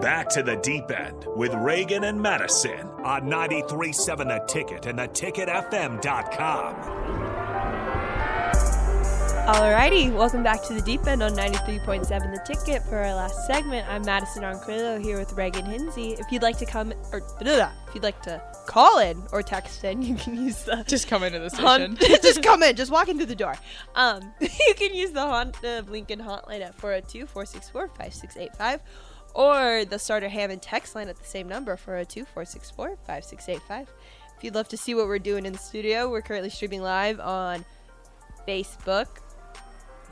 Back to the Deep End with Reagan and Madison on 93.7 The Ticket and theticketfm.com. Alrighty, welcome back to the Deep End on 93.7 The Ticket for our last segment. I'm Madison Arncrillo here with Reagan Hinsey. If you'd like to come, or blah, if you'd like to call in or text in, you can use the Just come into the Hon- station. just come in. Just walk in through the door. Um, you can use the Honda of Lincoln hotline at 402 464 5685 or the Starter Hammond text line at the same number 402 464 5685. If you'd love to see what we're doing in the studio, we're currently streaming live on Facebook,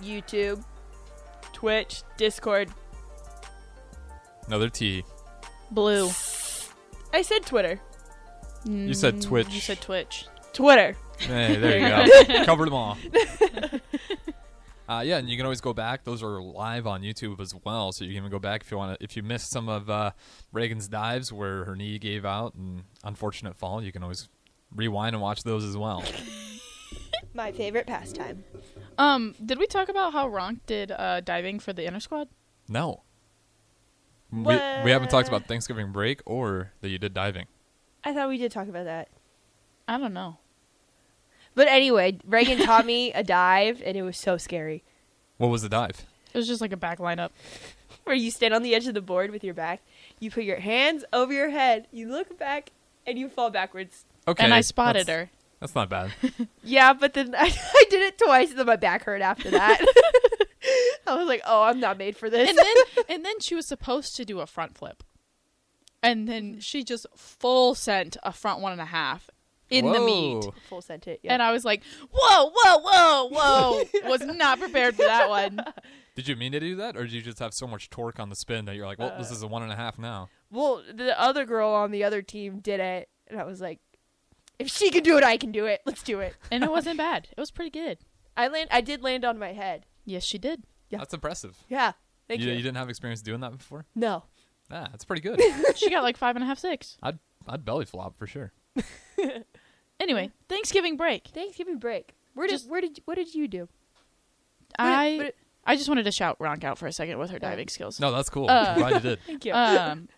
YouTube, Twitch, Discord, Another T. Blue. I said Twitter. You said Twitch. Mm, You said Twitch. Twitter. Hey, there you go. Covered them all. Uh, yeah, and you can always go back. Those are live on YouTube as well, so you can even go back if you want to. If you missed some of uh, Reagan's dives where her knee gave out and unfortunate fall, you can always rewind and watch those as well. My favorite pastime. Um, did we talk about how Ronk did uh, diving for the inner squad? No, we, we haven't talked about Thanksgiving break or that you did diving. I thought we did talk about that. I don't know. But anyway, Reagan taught me a dive, and it was so scary. What was the dive? It was just like a back lineup. where you stand on the edge of the board with your back. You put your hands over your head. You look back and you fall backwards. Okay, and I spotted that's- her. That's not bad. Yeah, but then I, I did it twice, and then my back hurt after that. I was like, "Oh, I'm not made for this." And then and then she was supposed to do a front flip. And then she just full sent a front one and a half in the meat. Whoa. full sent it. And I was like, whoa, whoa, whoa, whoa. was not prepared for that one. Did you mean to do that, or did you just have so much torque on the spin that you're like, well, Uh, this is a one and a half now? well, the other girl on the other team did it, and I was like, "If she can do it, I can do it. Let's do it." And it wasn't bad. It was pretty good. I land. I did land on my head. Yes, she did. Yeah. That's impressive. Yeah. Thank You, you. you didn't have experience doing that before? No. Nah, that's pretty good. She got like five and a half, six. I'd I'd belly flop for sure. Anyway, Thanksgiving break. Thanksgiving break. Where did Just- where did what did you do? What did- I what did- I just wanted to shout Ronk out for a second with her diving skills. No, that's cool. Uh, I'm glad you did. thank you. Um,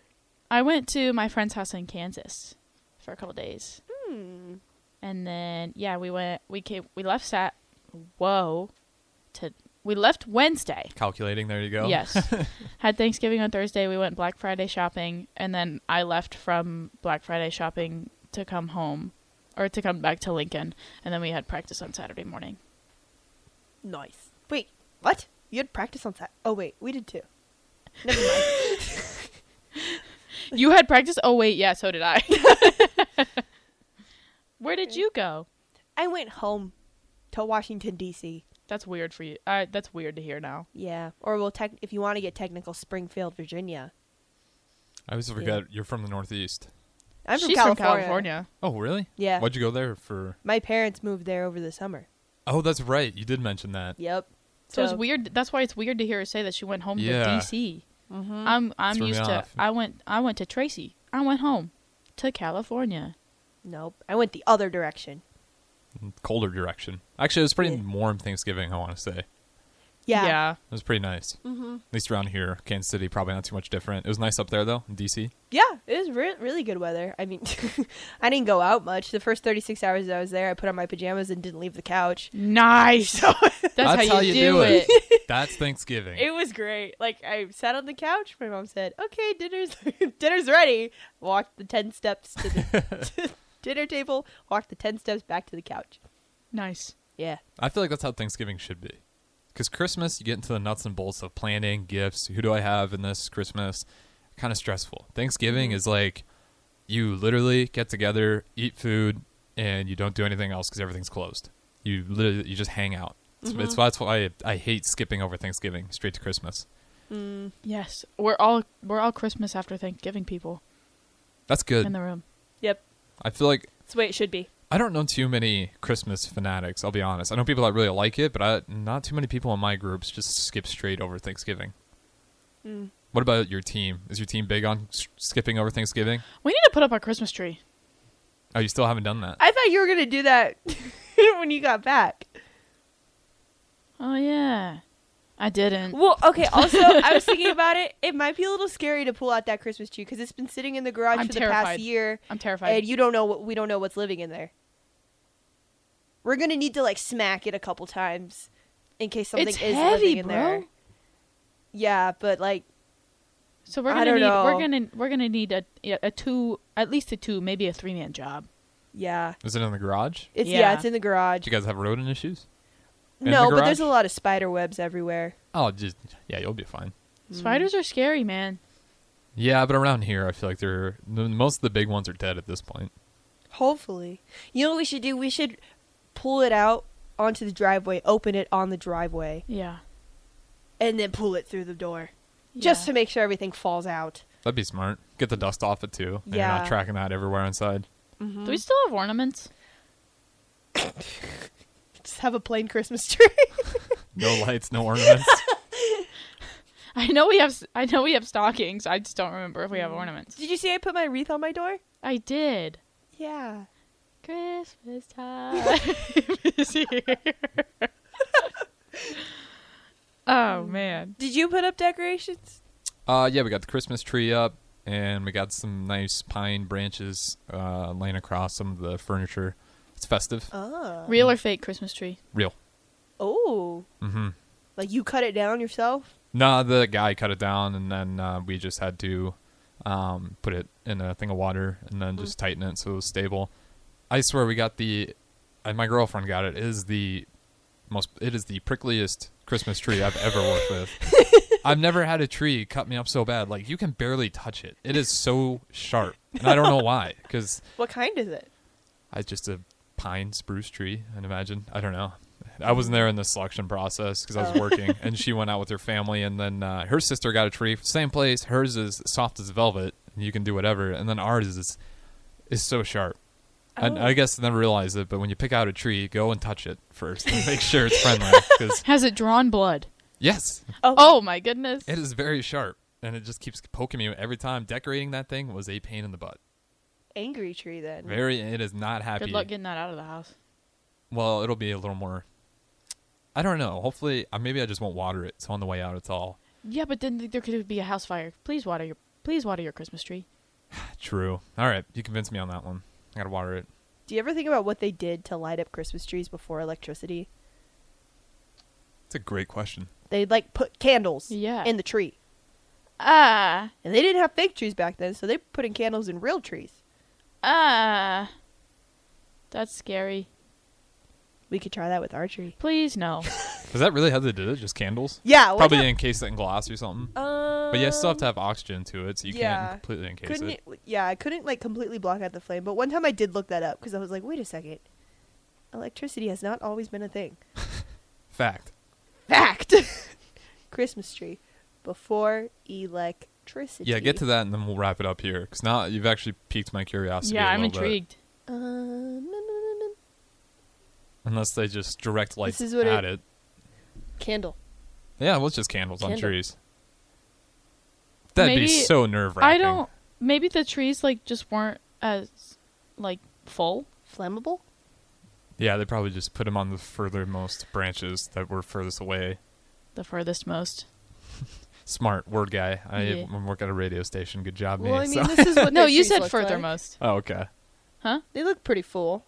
I went to my friend's house in Kansas for a couple days, Hmm. and then yeah, we went. We came. We left Sat. Whoa, to we left Wednesday. Calculating, there you go. Yes, had Thanksgiving on Thursday. We went Black Friday shopping, and then I left from Black Friday shopping to come home, or to come back to Lincoln, and then we had practice on Saturday morning. Nice. Wait, what? You had practice on Saturday? Oh wait, we did too. Never mind. You had practice. Oh wait, yeah, so did I. Where did you go? I went home to Washington D.C. That's weird for you. Uh, that's weird to hear now. Yeah, or well, tech- if you want to get technical, Springfield, Virginia. I always forget you're from the Northeast. I'm from, She's California. from California. Oh, really? Yeah. Why'd you go there for? My parents moved there over the summer. Oh, that's right. You did mention that. Yep. So, it's weird. That's why it's weird to hear her say that she went home to Yeah. DC. Mm-hmm. I'm I'm Threw me used to. off. I went I went to Tracy. I went home to California. Nope. I went the other direction. Colder direction. Actually, it was pretty Yeah. warm Thanksgiving. I want to say it Yeah. yeah. was pretty nice. Mm-hmm. At least around here, Kansas City, probably not too much different. It was nice up there though, in DC. Yeah, it was re- really good weather. I mean, I didn't go out much. The first 36 hours that I was there, I put on my pajamas and didn't leave the couch. Nice. that's, how, you, do it. that's Thanksgiving. It was great. Like I sat on the couch. My mom said, "Okay, dinner's dinner's ready." Walked the ten steps to the dinner table. Walked the ten steps back to the couch. nice. Yeah, I feel like that's how Thanksgiving should be. Because Christmas, you get into the nuts and bolts of planning, gifts, who do I have in this Christmas? Kind of stressful. Thanksgiving is like you literally get together, eat food, and you don't do anything else because everything's closed. You literally you just hang out. It's, it's- that's why I, I hate skipping over Thanksgiving straight to Christmas. Yes. We're all we're all Christmas after Thanksgiving people That's in good. the room. yep. I feel like That's the way it should be. I don't know too many Christmas fanatics. I'll be honest. I know people that really like it, but I, not too many people in my groups just skip straight over Thanksgiving. What about your team? Is your team big on s- skipping over Thanksgiving? We need to put up our Christmas tree. Oh, you still haven't done that. I thought you were gonna do that when you got back. Oh yeah. I didn't. Well, okay. Also, I was thinking about it. It might be a little scary to pull out that Christmas tree because it's been sitting in the garage I'm for the terrified. past year, I'm terrified. and you don't know what we don't know what's living in there. We're gonna need to like smack it a couple times in case something It's is heavy, living in bro. there. Yeah, but like So we're I gonna don't need we're know. gonna we're gonna need a a two at least a two maybe a three man job. yeah, Is it in the garage? it's yeah, Yeah. it's in the garage. Do you guys have rodent issues? in the no, but there's garage? a lot of spider webs everywhere. Oh, just yeah, you'll be fine. Mm. Spiders are scary, man. Yeah, but around here, I feel like they're the- most of the big ones are dead at this point. Hopefully, you know what we should do? We should pull it out onto the driveway, open it on the driveway, Yeah. and then pull it through the door. just to Yeah. make sure everything falls out. That'd be smart. Get the dust off it too. And You're Yeah. not tracking that everywhere inside. Mm-hmm. Do we still have ornaments? Just have a plain Christmas tree. No lights, no ornaments. I know we have s- I know we have stockings. I just don't remember if we have ornaments. Mm. Did you see I put my wreath on my door? I did. Yeah. Christmas time is here. oh Mm. man. Did you put up decorations? Uh, yeah, we got the Christmas tree up, and we got some nice pine branches uh, laying across some of the furniture. It's festive, Oh. Real or fake Christmas tree? real. Oh. Mm-hmm. Like you cut it down yourself? No, the guy cut it down, and then uh, we just had to um, put it in a thing of water, and then just tighten it so it was stable. I swear, we got the. Uh, my girlfriend got it. It is the most. It is the prickliest Christmas tree I've ever worked with. I've never had a tree cut me up so bad. Like you can barely touch it. It is so sharp, and I don't know why. Because What kind is it? I just a pine spruce tree, I'd imagine. I don't know. I wasn't there in the selection process because I was Oh. working, and she went out with her family, and then uh, her sister got a tree, same place. Hers is soft as velvet, and you can do whatever, and then ours is is so sharp. And Oh. I guess I never realized it, but when you pick out a tree, go and touch it first and make sure it's friendly. Because Has it drawn blood? yes, Oh my goodness. it is very sharp, and it just keeps poking me every time. Decorating that thing was a pain in the butt. Angry tree then. Very, it is not happy. Good luck getting that out of the house. Well, it'll be a little more. I don't know. Hopefully, uh, maybe I just won't water it. So on the way out, it's all Yeah, but then th- there could be a house fire. Please water your please water your Christmas tree. true. All right, you convinced me on that one. I gotta water it. Do you ever think about what they did to light up Christmas trees before electricity? It's a great question. They like put candles Yeah. in the tree. Ah, And they didn't have fake trees back then, so they were putting candles in real trees. ah. that's scary. We could try that with our tree. Please no. Is that really how they did it? Just candles? Yeah, what Probably the- encased it in glass or something. Um, but you still have to have oxygen to it, so you yeah. can't completely encase Um, couldn't it. it- yeah i couldn't like completely block out the flame but one time i did look that up because i was like wait a second electricity has not always been a thing Fact. fact christmas tree before electricity Yeah, get to that, and then we'll wrap it up here. Because now you've actually piqued my curiosity. yeah, i I'm intrigued. uh, no, no, no, no. Unless they just direct lights is what at it- it. candle Yeah, well, it's just candles on Candle. trees. That'd Maybe- be so nerve wracking. I don't maybe the trees like just weren't as like full. flammable Yeah, they probably just put them on the furthermost branches that were furthest away. The furthest most. Smart word guy. I Yeah. I work at a radio station. Good job, well i me. mean so- this is what no, their you trees said look like. furthermost. oh, okay. Huh? they look pretty full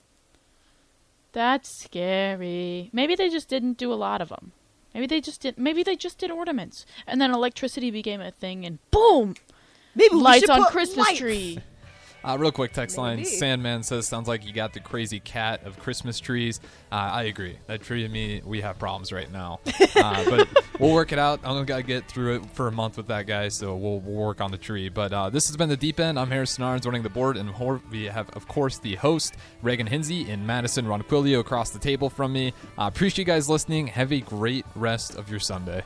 That's scary. Maybe they just didn't do a lot of them. Maybe they just did. Maybe they just did ornaments, and then electricity became a thing, and boom, maybe we lights should on put Christmas lights. tree. Uh, real quick text line. Maybe. Sandman says, "Sounds like you got the crazy cat of Christmas trees." Uh, I agree. That tree and me, we have problems right now, uh, but we'll work it out. I'm gonna gotta get through it for a month with that guy, so we'll, we'll work on the tree. But uh, this has been the deep end. I'm Harrison Arns running the board, and hor- we have, of course, the host Reagan Hinsey and Madison Ronquillo across the table from me. Uh, appreciate you guys listening. Have a great rest of your Sunday.